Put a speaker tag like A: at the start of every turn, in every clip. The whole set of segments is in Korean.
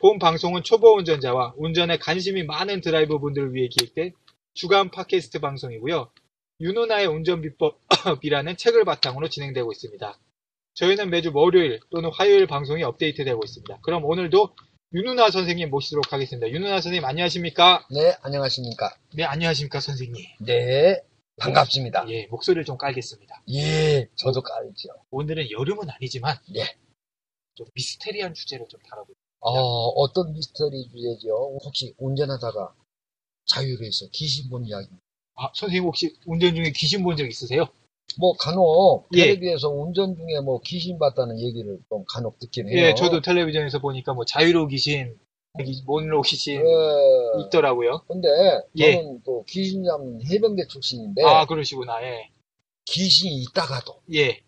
A: 본 방송은 초보 운전자와 운전에 관심이 많은 드라이버 분들을 위해 기획된 주간 팟캐스트 방송이고요. 윤누나의 운전 비법이라는 책을 바탕으로 진행되고 있습니다. 저희는 매주 월요일 또는 화요일 방송이 업데이트되고 있습니다. 그럼 오늘도 윤누나 선생님 모시도록 하겠습니다. 윤누나 선생님 안녕하십니까?
B: 네, 안녕하십니까.
A: 네, 안녕하십니까 선생님.
B: 네, 반갑습니다.
A: 예, 목소리를 좀 깔겠습니다.
B: 예, 저도 깔지요.
A: 오늘은 여름은 아니지만
B: 예.
A: 좀 미스테리한 주제를 좀 다뤄볼게요.
B: 어, 어떤 미스터리 주제죠? 혹시 운전하다가 자유로에서 귀신 본 이야기.
A: 아, 선생님 혹시 운전 중에 귀신 본 적 있으세요?
B: 뭐, 간혹
A: 예.
B: 텔레비에서 운전 중에 뭐 귀신 봤다는 얘기를 좀 간혹 듣긴 해요.
A: 예, 저도 텔레비전에서 보니까 뭐 자유로 귀신, 기- 몬로 귀신
B: 예,
A: 있더라고요.
B: 근데
A: 예.
B: 저는 또 귀신 잡는 해병대 출신인데
A: 아, 그러시구나. 예.
B: 귀신이 있다가도
A: 예.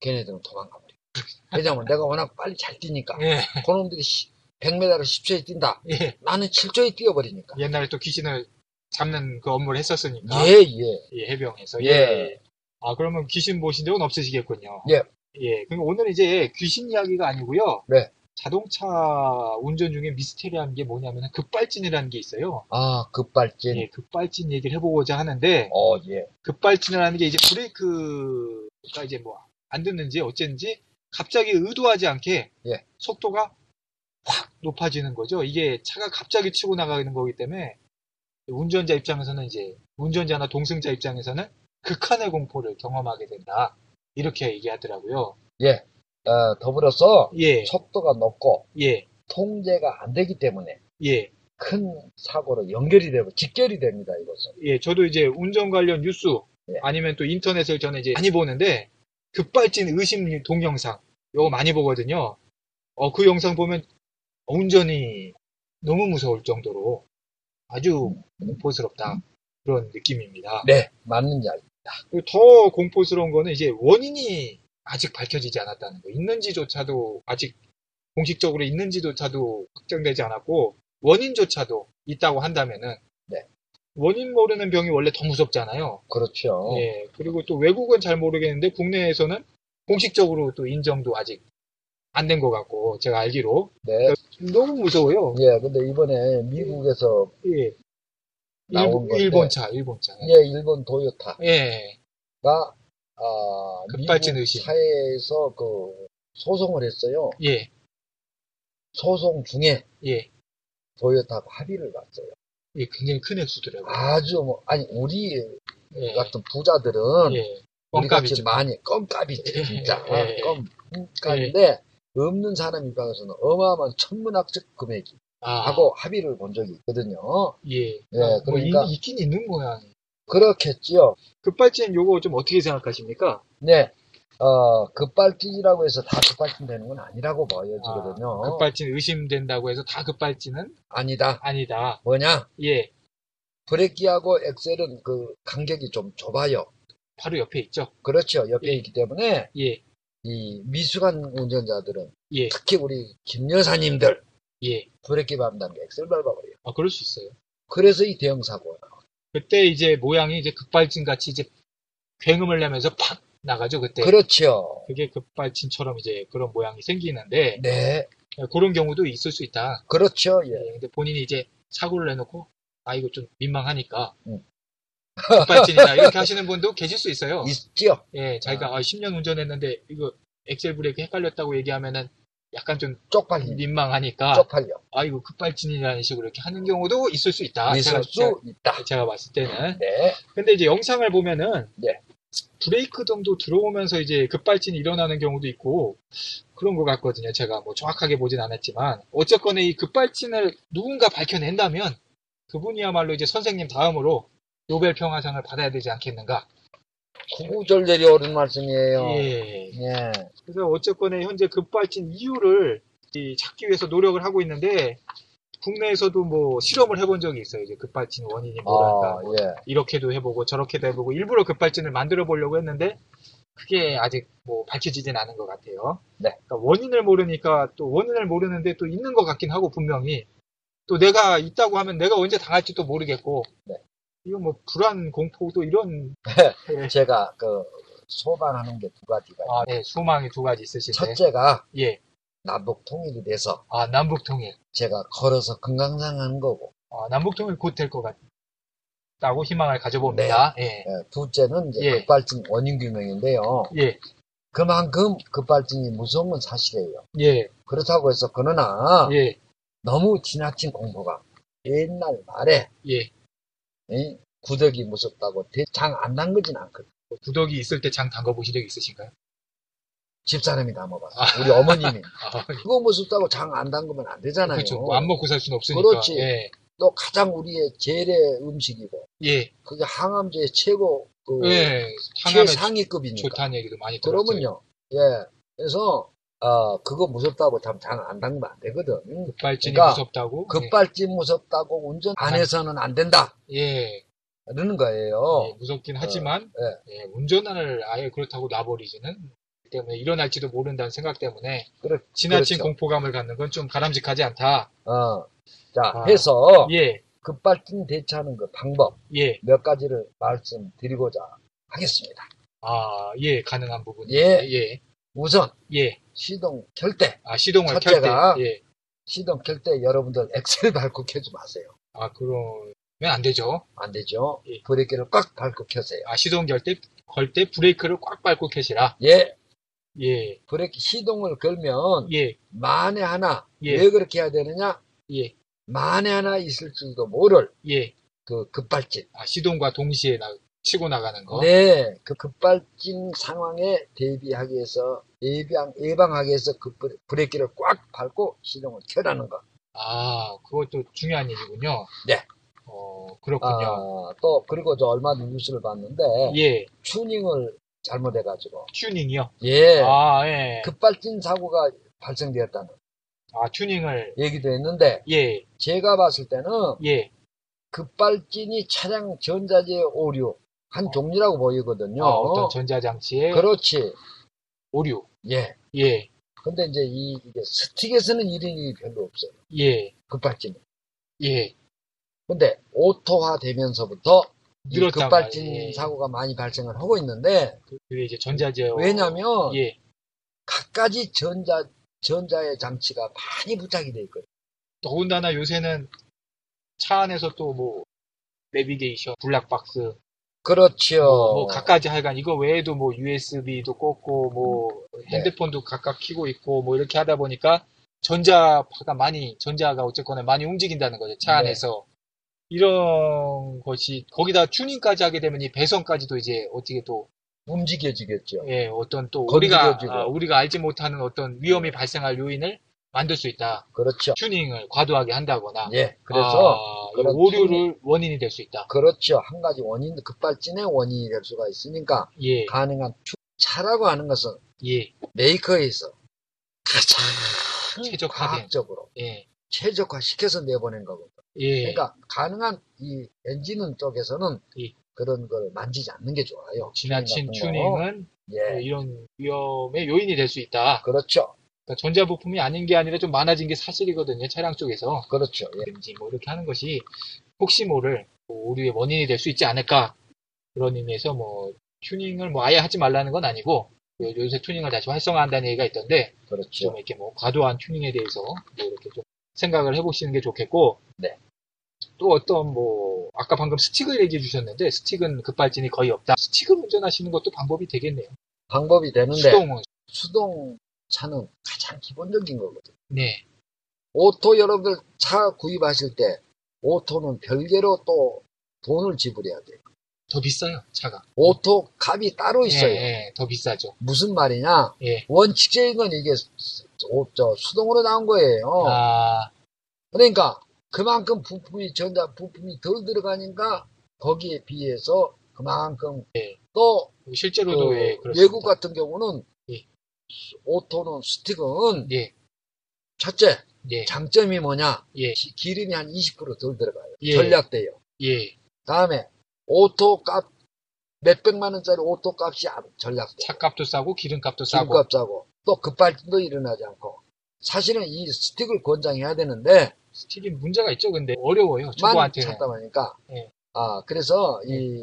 B: 걔네들은 도망가 버려. 왜냐면 내가 워낙 빨리 잘 뛰니까
A: 예.
B: 그놈들이 100m를 10초에 뛴다.
A: 예.
B: 나는 7초에 뛰어버리니까.
A: 옛날에 또 귀신을 잡는 그 업무를 했었으니까.
B: 예, 예.
A: 예, 해병에서.
B: 예.
A: 예. 아, 그러면 귀신 보신 적은 없으시겠군요.
B: 예.
A: 예. 그럼 오늘 이제 귀신 이야기가 아니고요.
B: 네.
A: 자동차 운전 중에 미스테리한 게 뭐냐면 급발진이라는 게 있어요.
B: 아, 급발진.
A: 예, 급발진 얘기를 해보고자 하는데
B: 어, 예.
A: 급발진을 하는 게 이제 브레이크가 이제 뭐 안 듣는지 어쨌는지 갑자기 의도하지 않게
B: 예.
A: 속도가 확 높아지는 거죠. 이게 차가 갑자기 치고 나가는 거기 때문에 운전자 입장에서는 이제 운전자나 동승자 입장에서는 극한의 공포를 경험하게 된다. 이렇게 얘기하더라고요.
B: 어, 더불어서
A: 예,
B: 속도가 높고
A: 예,
B: 통제가 안 되기 때문에
A: 예,
B: 큰 사고로 연결이 되고 직결이 됩니다, 이것은.
A: 예. 저도 이제 운전 관련 뉴스
B: 예.
A: 아니면 또 인터넷을 저는 이제 많이 보는데 급발진 의심 동영상 요거 많이 보거든요. 어, 그 영상 보면 운전이 너무 무서울 정도로 아주 공포스럽다. 그런 느낌입니다.
B: 네, 맞는 이야기.
A: 그리고 더 공포스러운 거는 이제 원인이 아직 밝혀지지 않았다는 거. 있는지조차도 아직 공식적으로 있는지조차도 확정되지 않았고 원인조차도 있다고 한다면은
B: 네.
A: 원인 모르는 병이 원래 더 무섭잖아요.
B: 그렇죠.
A: 예, 그리고 또 외국은 잘 모르겠는데 국내에서는 공식적으로 또 인정도 아직 안 된 것 같고 제가 알기로
B: 네.
A: 너무 무서워요.
B: 예, 근데 이번에 미국에서
A: 예.
B: 나온
A: 일본,
B: 건데.
A: 일본 차, 일본 차.
B: 예, 일본 도요타가
A: 예,
B: 아,
A: 급발진
B: 미국
A: 의심.
B: 사회에서 그 소송을 했어요.
A: 예,
B: 소송 중에
A: 예.
B: 도요타가 합의를 봤어요.
A: 예, 굉장히 큰 액수더라고요.
B: 아주 그러니까 뭐 아니 우리
A: 예,
B: 같은 부자들은
A: 예.
B: 우리 같이
A: 껌값이죠.
B: 많이 껌값이지 진짜
A: 예, 예.
B: 껌 껌값인데 없는 사람 입장에서는 어마어마한 천문학적 금액이
A: 아,
B: 하고 합의를 본 적이 있거든요.
A: 예.
B: 예,
A: 뭐
B: 그러니까
A: 있, 긴 있는 모양이.
B: 그렇겠지요.
A: 급발진 요거 좀 어떻게 생각하십니까?
B: 네, 어 급발진이라고 해서 다 급발진 되는 건 아니라고 보여지거든요.
A: 급발진 의심된다고 해서 다 급발진은
B: 아니다.
A: 아니다.
B: 뭐냐?
A: 예,
B: 브레이크하고 엑셀은 그 간격이 좀 좁아요.
A: 바로 옆에 있죠.
B: 그렇죠. 옆에
A: 예.
B: 있기 때문에
A: 예,
B: 이 미숙한 운전자들은
A: 예,
B: 특히 우리 김 여사님들
A: 예.
B: 브레이크 밟는다는 게 엑셀 밟아버려요.
A: 아, 그럴 수 있어요.
B: 그래서 이 대형 사고가
A: 그때 이제 모양이 이제 급발진 같이 이제 굉음을 내면서 팍 나가죠 그때
B: 그렇죠.
A: 그게 급발진처럼 이제 그런 모양이 생기는데 예,
B: 네,
A: 그런 경우도 있을 수 있다
B: 그렇죠. 예.
A: 예, 근데 본인이 이제 사고를 내놓고 아 이거 좀 민망하니까
B: 음.
A: 급발진이다 이렇게 하시는 분도 계실 수 있어요
B: 있죠.
A: 예 자기가 아, 10년 운전했는데 이거 엑셀 브레이크 헷갈렸다고 얘기하면은 약간 좀
B: 쪽팔리,
A: 민망하니까
B: 쪽팔려.
A: 아 이거 급발진이라는 식으로 이렇게 하는 경우도 있을 수 있다
B: 있을
A: 아, 제가-
B: 수 있다.
A: 제가, 제가 봤을 때는
B: 네,
A: 근데 이제 영상을 보면은
B: 네.
A: 브레이크 정도 들어오면서 이제 급발진이 일어나는 경우도 있고 그런 것 같거든요. 제가 뭐 정확하게 보진 않았지만 어쨌거나 이 급발진을 누군가 밝혀낸다면 그분이야말로 이제 선생님 다음으로 노벨 평화상을 받아야 되지 않겠는가.
B: 구구절절이 옳은 말씀이에요.
A: 예.
B: 예.
A: 그래서 어쨌거나 현재 급발진 이유를 이 찾기 위해서 노력을 하고 있는데 국내에서도 뭐 실험을 해본 적이 있어요. 이제 급발진 원인이 뭐랄까
B: 아, 예.
A: 이렇게도 해보고 저렇게도 해보고 일부러 급발진을 만들어 보려고 했는데 그게 아직 뭐 밝혀지진 않은 것 같아요.
B: 네.
A: 그러니까 원인을 모르니까 또 원인을 모르는데 또 있는 것 같긴 하고 분명히 또 내가 있다고 하면 내가 언제 당할지도 모르겠고
B: 네.
A: 이거 뭐 불안 공포도 이런 예.
B: 제가 그 소반하는 게 두 가지가 있어요.
A: 아, 네, 소망이 두 가지 있으신데
B: 첫째가
A: 예,
B: 남북 통일이 돼서
A: 아 남북 통일,
B: 제가 걸어서 금강산 가는 거고
A: 아, 남북 통일 곧 될 것 같다고 희망을 가져봅니다. 예,
B: 예, 둘째는 이제
A: 예.
B: 급발진 원인 규명인데요.
A: 예,
B: 그만큼 급발진이 무서운 건 사실이에요.
A: 예,
B: 그렇다고 해서 그러나
A: 예,
B: 너무 지나친 공포감. 옛날 말에
A: 예.
B: 예, 구덕이 무섭다고 대장 안 담그진 않거든.
A: 구덕이 뭐 있을 때 장 담가 보신 적 있으신가요?
B: 집사람이 담아봤어. 우리 어머님이.
A: 아,
B: 그거 무섭다고 장 안 담그면 안 되잖아요.
A: 그렇죠. 뭐안 먹고 살 수는 없으니까.
B: 그렇지.
A: 예,
B: 또 가장 우리의 제일의 음식이고
A: 예,
B: 그게 항암제의 최고 그
A: 예. 향하면
B: 최상위급이니까.
A: 좋다는 얘기도 많이 들었어요.
B: 그러면요. 예. 그래서 아 그거 무섭다고 참 장 안 담그면 안
A: 예.
B: 되거든.
A: 급발진이
B: 그러니까
A: 무섭다고.
B: 급발진 무섭다고 운전
A: 아.
B: 안 해서는 안 된다.
A: 예, 예.
B: 라는 거예요.
A: 예, 무섭긴 하지만
B: 어,
A: 예, 운전을 아예 그렇다고 놔버리지는 때문에 일어날지도 모른다는 생각 때문에
B: 그렇-
A: 지나친
B: 그렇죠.
A: 공포감을 갖는 건 좀 바람직하지 않다.
B: 어. 자,
A: 아.
B: 해서
A: 예,
B: 급발진 대처하는 그 방법
A: 예,
B: 몇 가지를 말씀드리고자 하겠습니다.
A: 아, 예, 가능한 부분.
B: 예.
A: 예,
B: 우선
A: 예. 시동.
B: 시동 결대,
A: 아, 시동을 켤 때.
B: 첫째가-
A: 예.
B: 시동 결대 여러분들 엑셀 밟고 켜지 마세요.
A: 아, 그러면 안 되죠.
B: 안 되죠?
A: 예.
B: 브레이크를 꽉 밟고 켜세요.
A: 아, 시동 걸 때, 걸 때 브레이크를 꽉 밟고 켜시라.
B: 예,
A: 예,
B: 브레이크 시동을 걸면
A: 예,
B: 만에 하나
A: 예.
B: 왜 그렇게 해야 되느냐?
A: 예,
B: 만에 하나 있을지도 모를
A: 예.
B: 그 급발진.
A: 아, 시동과 동시에 나, 치고 나가는 거.
B: 네, 그 급발진 상황에 대비하기 위해서 예방 예방하기 위해서 그 브레- 브레이크를 꽉 밟고 시동을 켜라는 거.
A: 아, 그것도 중요한 얘기군요.
B: 네.
A: 어, 그렇군요.
B: 아, 또 그리고 저 얼마 전 뉴스를 봤는데
A: 예,
B: 튜닝을 잘못해가지고
A: 튜닝이요.
B: 예
A: 아, 예.
B: 급발진 사고가 발생되었다는
A: 아, 튜닝을.
B: 얘기도 했는데
A: 예,
B: 제가 봤을 때는
A: 예.
B: 급발진이 차량 전자제 오류 한 종류라고 보이거든요.
A: 어. 아, 어떤 전자장치의
B: 그렇지
A: 오류.
B: 예.
A: 예,
B: 근데 이제 이 이게 스틱에서는 이런 일이 별로 없어요.
A: 예,
B: 급발진.
A: 예.
B: 근데 오토화 되면서부터 이
A: 늘었단
B: 급발진
A: 말이에요.
B: 사고가 많이 발생을 하고 있는데
A: 그게 이제 전자제어.
B: 왜냐면
A: 예.
B: 각가지 전자 전자의 장치가 많이 부착이 돼 있거든요.
A: 더군다나 요새는 차 안에서 또 뭐, 내비게이션, 블락박스,
B: 그렇죠.
A: 뭐 각가지 하여간 이거 외에도 뭐 USB도 꽂고
B: 음.
A: 뭐
B: 네.
A: 핸드폰도 각각 키고 있고 뭐 이렇게 하다 보니까 전자파가 많이 전자가 어쨌거나 많이 움직인다는 거죠 차
B: 네.
A: 안에서 이런 것이 거기다 튜닝까지 하게 되면 이 배선까지도 이제 어떻게 또
B: 움직여지겠죠.
A: 예, 어떤 또 우리가
B: 건드려지고.
A: 아, 우리가 알지 못하는 어떤 위험이 발생할 요인을 만들 수 있다
B: 그렇죠.
A: 튜닝을 과도하게 한다거나
B: 예. 그래서
A: 아, 이
B: 그런
A: 오류를 원인이 될 수 있다
B: 그렇죠. 한 가지 원인, 급발진의 원인이 될 수가 있으니까
A: 예
B: 가능한 추- 차라고 하는 것은
A: 예.
B: 메이커에서
A: 그렇죠.
B: 가장
A: 최적화된
B: 과학적으로
A: 예,
B: 최적화시켜서 내보낸 거고.
A: 예.
B: 그러니까 가능한 이 엔진은 쪽에서는
A: 예.
B: 그런 걸 만지지 않는 게 좋아요.
A: 지나친
B: 같은 거.
A: 튜닝은 네,
B: 예.
A: 이런 위험의 요인이 될 수 있다.
B: 그렇죠.
A: 그러니까 전자부품이 아닌 게 아니라 좀 많아진 게 사실이거든요. 차량 쪽에서.
B: 그렇죠. 예.
A: 든지 뭐 이렇게 하는 것이 혹시 모를 뭐 오류의 원인이 될 수 있지 않을까. 그런 의미에서 뭐 튜닝을 뭐 아예 하지 말라는 건 아니고 요- 요새 튜닝을 다시 활성화한다는 얘기가 있던데 좀
B: 그렇죠.
A: 이렇게 뭐 과도한 튜닝에 대해서 뭐 이렇게 좀 생각을 해보시는 게 좋겠고
B: 네.
A: 또 어떤 뭐 아까 방금 스틱을 얘기해 주셨는데 스틱은 급발진이 거의 없다. 스틱을 운전하시는 것도 방법이 되겠네요.
B: 방법이 되는데 수동.
A: 수동은
B: 차는 가장 기본적인 거거든요.
A: 네,
B: 오토 여러분들 차 구입하실 때 오토는 별개로 또 돈을 지불해야 돼요.
A: 더 비싸요, 차가.
B: 오토 값이 따로 있어요.
A: 예, 예, 더 비싸죠.
B: 무슨 말이냐?
A: 예.
B: 원칙적인 건 이게 수- 오- 저 수동으로 나온 거예요.
A: 아,
B: 그러니까 그만큼 부품이 전자 부품이 덜 들어가니까 거기에 비해서 그만큼
A: 예.
B: 또 그,
A: 실제로도 예, 그렇습니다.
B: 외국 같은 경우는
A: 예.
B: 수- 오토는 스틱은
A: 예,
B: 첫째
A: 예,
B: 장점이 뭐냐?
A: 예,
B: 기- 기름이 한 20%덜 들어가요.
A: 예.
B: 전략돼요.
A: 예.
B: 다음에 오토 값 몇백만 원짜리 오토 값이 안- 전략돼요.
A: 차값도 싸고 기름값도 싸고.
B: 기름값 싸고 또그 급발진도 일어나지 않고 사실은 이 스틱을 권장해야 되는데
A: 스틱이 문제가 있죠, 근데 어려워요.
B: 만
A: 초보한테는.
B: 찾다 보니까
A: 예.
B: 아 그래서 이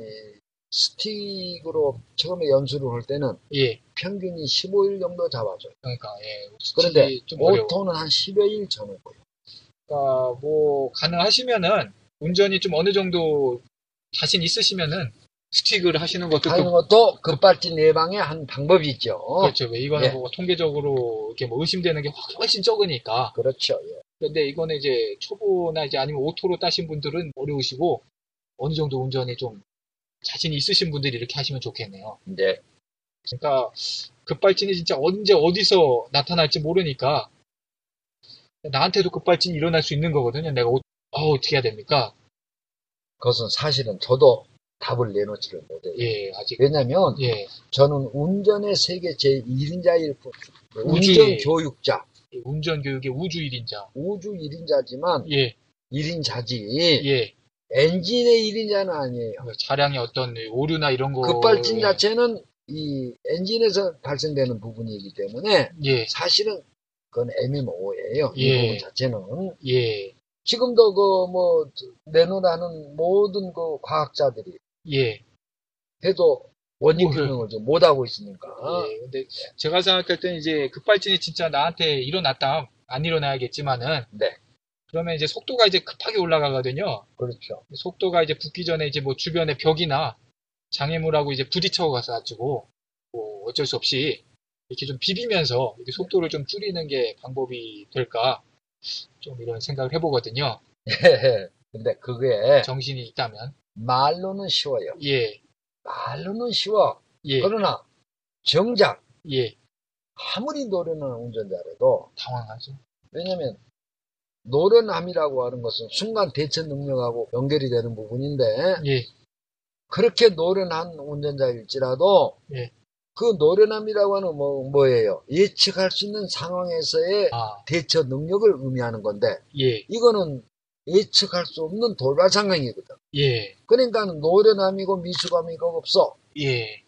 B: 스틱으로 처음에 연수를 할 때는
A: 예,
B: 평균이 15일 정도 잡아줘요.
A: 그러니까 예. 스틱이
B: 그런데
A: 좀 어려워.
B: 오토는 한 10여일 전에 보요
A: 그러니까 뭐 가능하시면은 운전이 좀 어느 정도 자신 있으시면은 스틱을 하시는 것도 그-
B: 하는 것도 급발진 예방의 한 방법이 있죠.
A: 그렇죠. 왜 이거는
B: 예.
A: 뭐 통계적으로 이렇게 뭐 의심되는 게 훨- 훨씬 적으니까.
B: 그렇죠. 예.
A: 근데 이거는 이제 초보나 이제 아니면 오토로 따신 분들은 어려우시고 어느 정도 운전이 좀 자신이 있으신 분들이 이렇게 하시면 좋겠네요.
B: 이제
A: 그러니까 급발진이 진짜 언제 어디서 나타날지 모르니까 나한테도 급발진이 일어날 수 있는 거거든요. 내가 어, 어떻게 해야 됩니까?
B: 그것은 사실은 저도 답을 내놓지를 못해요.
A: 예, 아직
B: 왜냐하면
A: 예,
B: 저는 운전의 세계 제1인자일 뿐
A: 우주의-
B: 운전 교육자,
A: 운전 교육의 우주 1인자.
B: 우주 1인자지만
A: 예,
B: 1인자지
A: 예.
B: 엔진의 1인자는 아니에요.
A: 그 차량의 어떤 오류나 이런 거
B: 급발진
A: 예,
B: 자체는 이 엔진에서 발생되는 부분이기 때문에
A: 예,
B: 사실은 그건 애매모호해요.
A: 예.
B: 이 부분 자체는
A: 예,
B: 지금도 그 뭐 내놓으라는 모든 그 과학자들이
A: 예.
B: 해도 원인
A: 뭐, 그-
B: 규명을 좀 못하고 있으니까
A: 예, 근데 제가 생각할 때는 이제 급발진이 진짜 나한테 일어났다 안 일어나야겠지만은
B: 네.
A: 그러면 이제 속도가 이제 급하게 올라가거든요.
B: 그렇죠.
A: 속도가 이제 붙기 전에 이제 뭐 주변에 벽이나 장애물하고 이제 부딪혀가지고 뭐 어쩔 수 없이 이렇게 좀 비비면서 이렇게 속도를 좀 줄이는 게 방법이 될까 좀 이런 생각을 해보거든요.
B: 예. 근데 그게
A: 네. 정신이 있다면
B: 말로는 쉬워요.
A: 예,
B: 말로는 쉬워.
A: 예,
B: 그러나 정작
A: 예,
B: 아무리 노련한 운전자라도
A: 당황하죠.
B: 왜냐면 노련함이라고 하는 것은 순간 대처 능력하고 연결이 되는 부분인데
A: 예,
B: 그렇게 노련한 운전자일지라도
A: 예.
B: 그 노련함이라고 하는 뭐, 뭐예요? 예측할 수 있는 상황에서의
A: 아,
B: 대처 능력을 의미하는 건데
A: 예,
B: 이거는 예측할 수 없는 돌발 상황이거든.
A: 예,
B: 그러니까 노련함이고 미숙함이고 없어.
A: 예,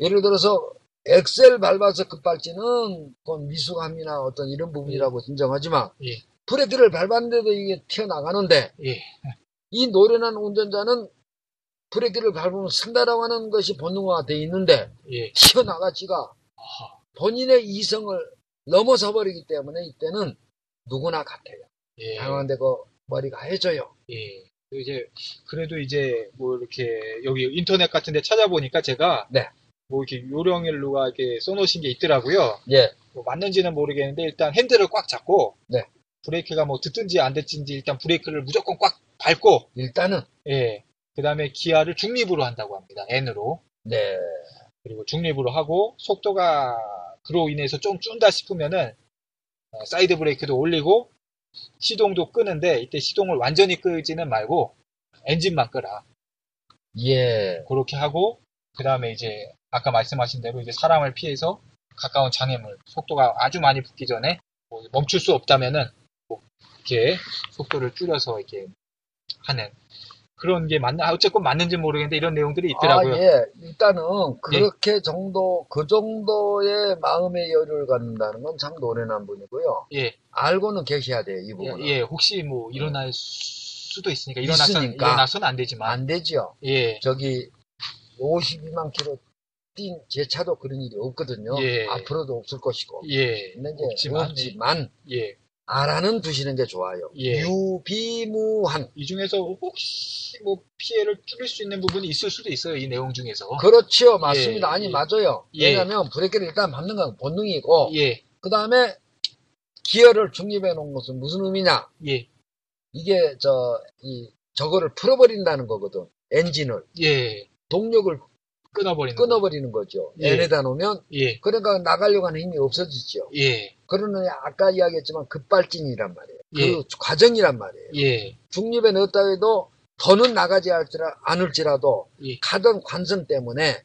B: 예를 들어서 엑셀 밟아서 급발진은 그건 미숙함이나 어떤 이런 부분이라고 인정하지만
A: 예.
B: 브레이크를 밟았는데도 이게 튀어나가는데
A: 예,
B: 이 노련한 운전자는 브레이크를 밟으면 쓴다라고 하는 것이 본능화가 돼 있는데
A: 예.
B: 튀어나가지가
A: 아하.
B: 본인의 이성을 넘어서 버리기 때문에 이때는 누구나 같아요.
A: 예.
B: 당황되고 머리가 해져요.
A: 예. 그리고 이제 그래도 이제 뭐 이렇게 여기 인터넷 같은 데 찾아보니까 제가
B: 네.
A: 뭐 이렇게 요령을 누가 이렇게 써놓으신 게 있더라고요.
B: 예,
A: 뭐 맞는지는 모르겠는데 일단 핸들을 꽉 잡고
B: 네.
A: 브레이크가 뭐 듣든지 안 듣든지 일단 브레이크를 무조건 꽉 밟고
B: 일단은
A: 예. 그다음에 기아를 중립으로 한다고 합니다. N으로.
B: 네,
A: 그리고 중립으로 하고 속도가 그로 인해서 좀 준다 싶으면은 어, 사이드 브레이크도 올리고 시동도 끄는데 이때 시동을 완전히 끄지는 말고 엔진만 끄라.
B: 예,
A: 그렇게 하고 그 다음에 이제 아까 말씀하신 대로 이제 사람을 피해서 가까운 장애물 속도가 아주 많이 붙기 전에 뭐 멈출 수 없다면은 뭐 이렇게 속도를 줄여서 이렇게 하는 그런 게 맞나 아, 어쨌건 맞는지 모르겠는데 이런 내용들이 있더라고요.
B: 아, 예, 일단은 그렇게 정도 그 정도의 마음의 여유를 갖는다는 건 참 노련한 분이고요.
A: 예.
B: 알고는 계셔야 돼요, 이
A: 예,
B: 부분은.
A: 예, 혹시 뭐 일어날 수도 있으니까 일어나선
B: 어. 있으니까.
A: 일어나선 안 되지만
B: 안 되지요.
A: 예,
B: 저기 52만 킬로 뛴 제 차도 그런 일이 없거든요.
A: 예.
B: 앞으로도 없을 것이고.
A: 예,
B: 근데 이제
A: 없지만,
B: 없지만
A: 예.
B: 알아는 두시는 게 좋아요.
A: 예.
B: 유비무한.
A: 이 중에서 혹시 뭐 피해를 줄일 수 있는 부분이 있을 수도 있어요 이 내용 중에서.
B: 그렇지요, 맞습니다.
A: 예,
B: 아니
A: 예.
B: 맞아요.
A: 예.
B: 왜냐하면 브레이크를 일단 밟는 건 본능이고,
A: 예,
B: 그 다음에 기어를 중립해 놓은 것은 무슨 의미냐?
A: 예,
B: 이게 저 이 저거를 풀어버린다는 거거든. 엔진을.
A: 예,
B: 동력을
A: 끊어버리는. 거예요.
B: 끊어버리는 거죠.
A: 예.
B: N에다 놓으면
A: 예.
B: 그러니까 나가려고 하는 힘이 없어지죠.
A: 예.
B: 그러는 아까 이야기했지만 급발진이란 말이에요. 그
A: 예.
B: 과정이란 말이에요.
A: 예.
B: 중립에 넣었다 해도 더는 나가지 할지라, 않을지라도
A: 예.
B: 가던 관성 때문에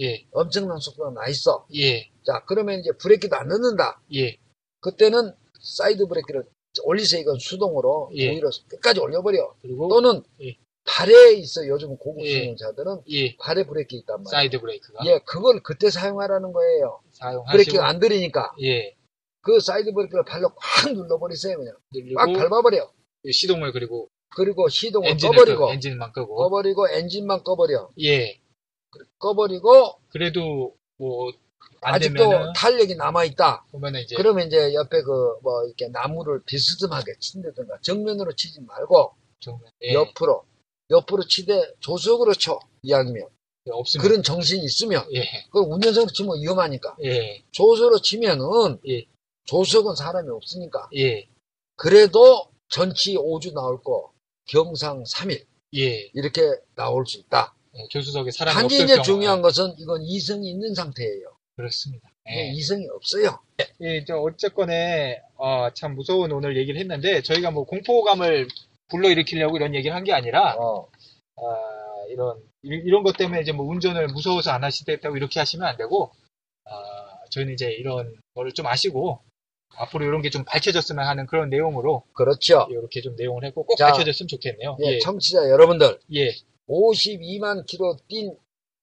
A: 예.
B: 엄청난 속도가 나 있어.
A: 예.
B: 자, 그러면 이제 브레이크도 안 넣는다.
A: 예.
B: 그때는 사이드 브레이크를 올리세요. 이건 수동으로
A: 예.
B: 오히려 끝까지 올려버려.
A: 그리고
B: 또는
A: 예.
B: 발에 있어 요즘 고급
A: 예.
B: 수용자들은
A: 예.
B: 발에 브레이크 있단 말이에요.
A: 사이드 아, 브레이크가
B: 예, 그걸 그때 사용하라는 거예요.
A: 사용하시고
B: 브레이크 안 들이니까
A: 예.
B: 그 사이드 브레이크를 발로 꽉 눌러버리세요 그냥
A: 누르고 예,
B: 꽉 밟아버려
A: 시동을 그리고
B: 그리고 시동을
A: 엔진을
B: 꺼버리고
A: 끄고, 엔진만 끄고
B: 꺼버리고 엔진만 꺼버려
A: 예.
B: 꺼버리고
A: 그래도 뭐 안
B: 아직도
A: 되면은 예.
B: 탄력이 남아있다
A: 보면은 이제
B: 그러면 이제 옆에 그 뭐 이렇게 나무를 비스듬하게 친다든가 정면으로 치지 말고
A: 좀 예.
B: 옆으로 옆으로 치되 조속으로 쳐 이왕이면
A: 예, 없으면
B: 그런 정신이 있으면
A: 예.
B: 그 운전석으로 치면 위험하니까
A: 예.
B: 조속으로 치면은
A: 예.
B: 조속은 사람이 없으니까
A: 예.
B: 그래도 전치 5주 나올 거 경상 3일
A: 예.
B: 이렇게 나올 수 있다.
A: 예. 조수석에 사람이
B: 단지
A: 없을
B: 이제
A: 경우
B: 중요한 것은 이건 이성이 있는 상태예요.
A: 그렇습니다.
B: 이게
A: 예.
B: 이성이 없어요.
A: 예, 저 어쨌건에 아, 참 무서운 오늘 얘기를 했는데 저희가 뭐 공포감을 불러일으키려고 이런 얘기를 한 게 아니라
B: 어,
A: 아, 이런 이- 이런 것 때문에 이제 뭐 운전을 무서워서 안 하시겠다고 이렇게 하시면 안 되고 아, 저희는 이제 이런 거를 좀 아시고 앞으로 이런 게 좀 밝혀졌으면 하는 그런 내용으로
B: 그렇죠.
A: 이렇게 좀 내용을 했고 꼭
B: 자,
A: 밝혀졌으면 좋겠네요.
B: 예,
A: 예,
B: 청취자 여러분들
A: 예,
B: 52만 키로 뛴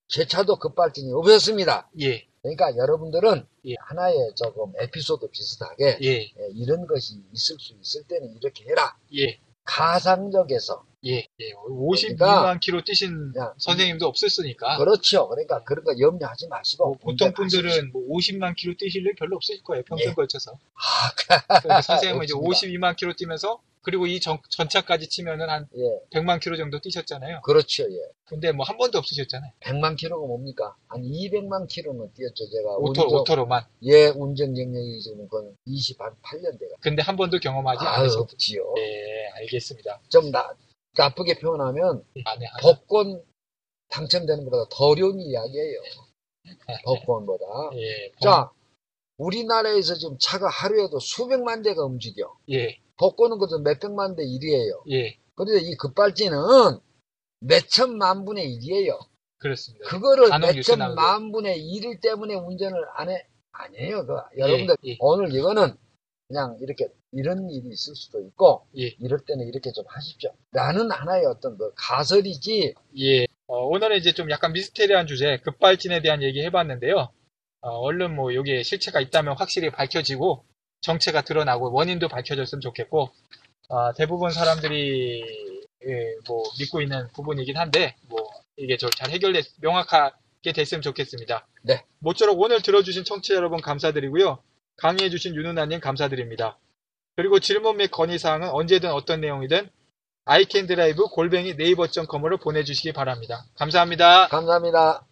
B: 제 차도 급발진이 없었습니다.
A: 예,
B: 그러니까 여러분들은
A: 예.
B: 하나의 조금 에피소드 비슷하게
A: 예,
B: 예, 이런 것이 있을 수 있을 때는 이렇게 해라.
A: 예,
B: 가상적에서
A: 예, 예. 52만
B: 그러니까-
A: 키로 뛰신
B: 야,
A: 선생님도 없었으니까
B: 그렇죠. 그러니까 그런 거 염려하지 마시고
A: 아. 뭐 보통 분들은 뭐 50만 키로 뛰실 일 별로 없을 거예요. 평생
B: 예.
A: 걸쳐서.
B: 아,
A: 그러니까 선생님은 이제
B: 없습니다.
A: 52만 키로 뛰면서 그리고 이 전, 전차까지 치면은 한
B: 예,
A: 100만 키로 정도 뛰셨잖아요.
B: 그렇죠. 예.
A: 근데 뭐 한 번도 없으셨잖아요.
B: 100만 킬로가 뭡니까? 한 200만 킬로는 뛰었죠, 제가.
A: 오토, 오토로만.
B: 예, 운전 경력이 지금 건 28년 돼가.
A: 근데 한 번도 경험하지
B: 아,
A: 않으셨죠.
B: 없지요.
A: 예, 알겠습니다. 예,
B: 좀 나, 나쁘게 표현하면
A: 안에 하나.
B: 법권 당첨되는 것보다 더 어려운 이야기예요. 법권보다.
A: 아. 예, 범-
B: 자, 우리나라에서 지금 차가 하루에도 수백만 대가 움직여.
A: 예,
B: 법권은 그래도 몇백만 대 1이에요.
A: 예,
B: 그런데 이 급발진은 몇천만 분의 1이에요.
A: 그렇습니다.
B: 그거를
A: 단원
B: 몇천
A: 유선하고.
B: 만 분의 일 때문에 운전을 안 해. 아니에요. 그 여러분들
A: 예.
B: 오늘 이거는 그냥 이렇게 이런 일이 있을 수도 있고
A: 예.
B: 이럴 때는 이렇게 좀 하십시오. 라는 하나의 어떤 그 가설이지
A: 예. 어, 오늘은 이제 좀 약간 미스테리한 주제, 급발진에 대한 얘기 해봤는데요. 어, 얼른 뭐 여기에 실체가 있다면 확실히 밝혀지고, 정체가 드러나고, 원인도 밝혀졌으면 좋겠고, 아, 대부분 사람들이, 예, 뭐, 믿고 있는 부분이긴 한데, 뭐, 이게 저 잘 해결됐, 명확하게 됐으면 좋겠습니다.
B: 네.
A: 모쪼록 오늘 들어주신 청취자 여러분 감사드리고요. 강의해주신 윤은아님 감사드립니다. 그리고 질문 및 건의사항은 언제든 어떤 내용이든 아이캔드라이브 골뱅이 네이버.com으로 보내주시기 바랍니다. 감사합니다.
B: 감사합니다.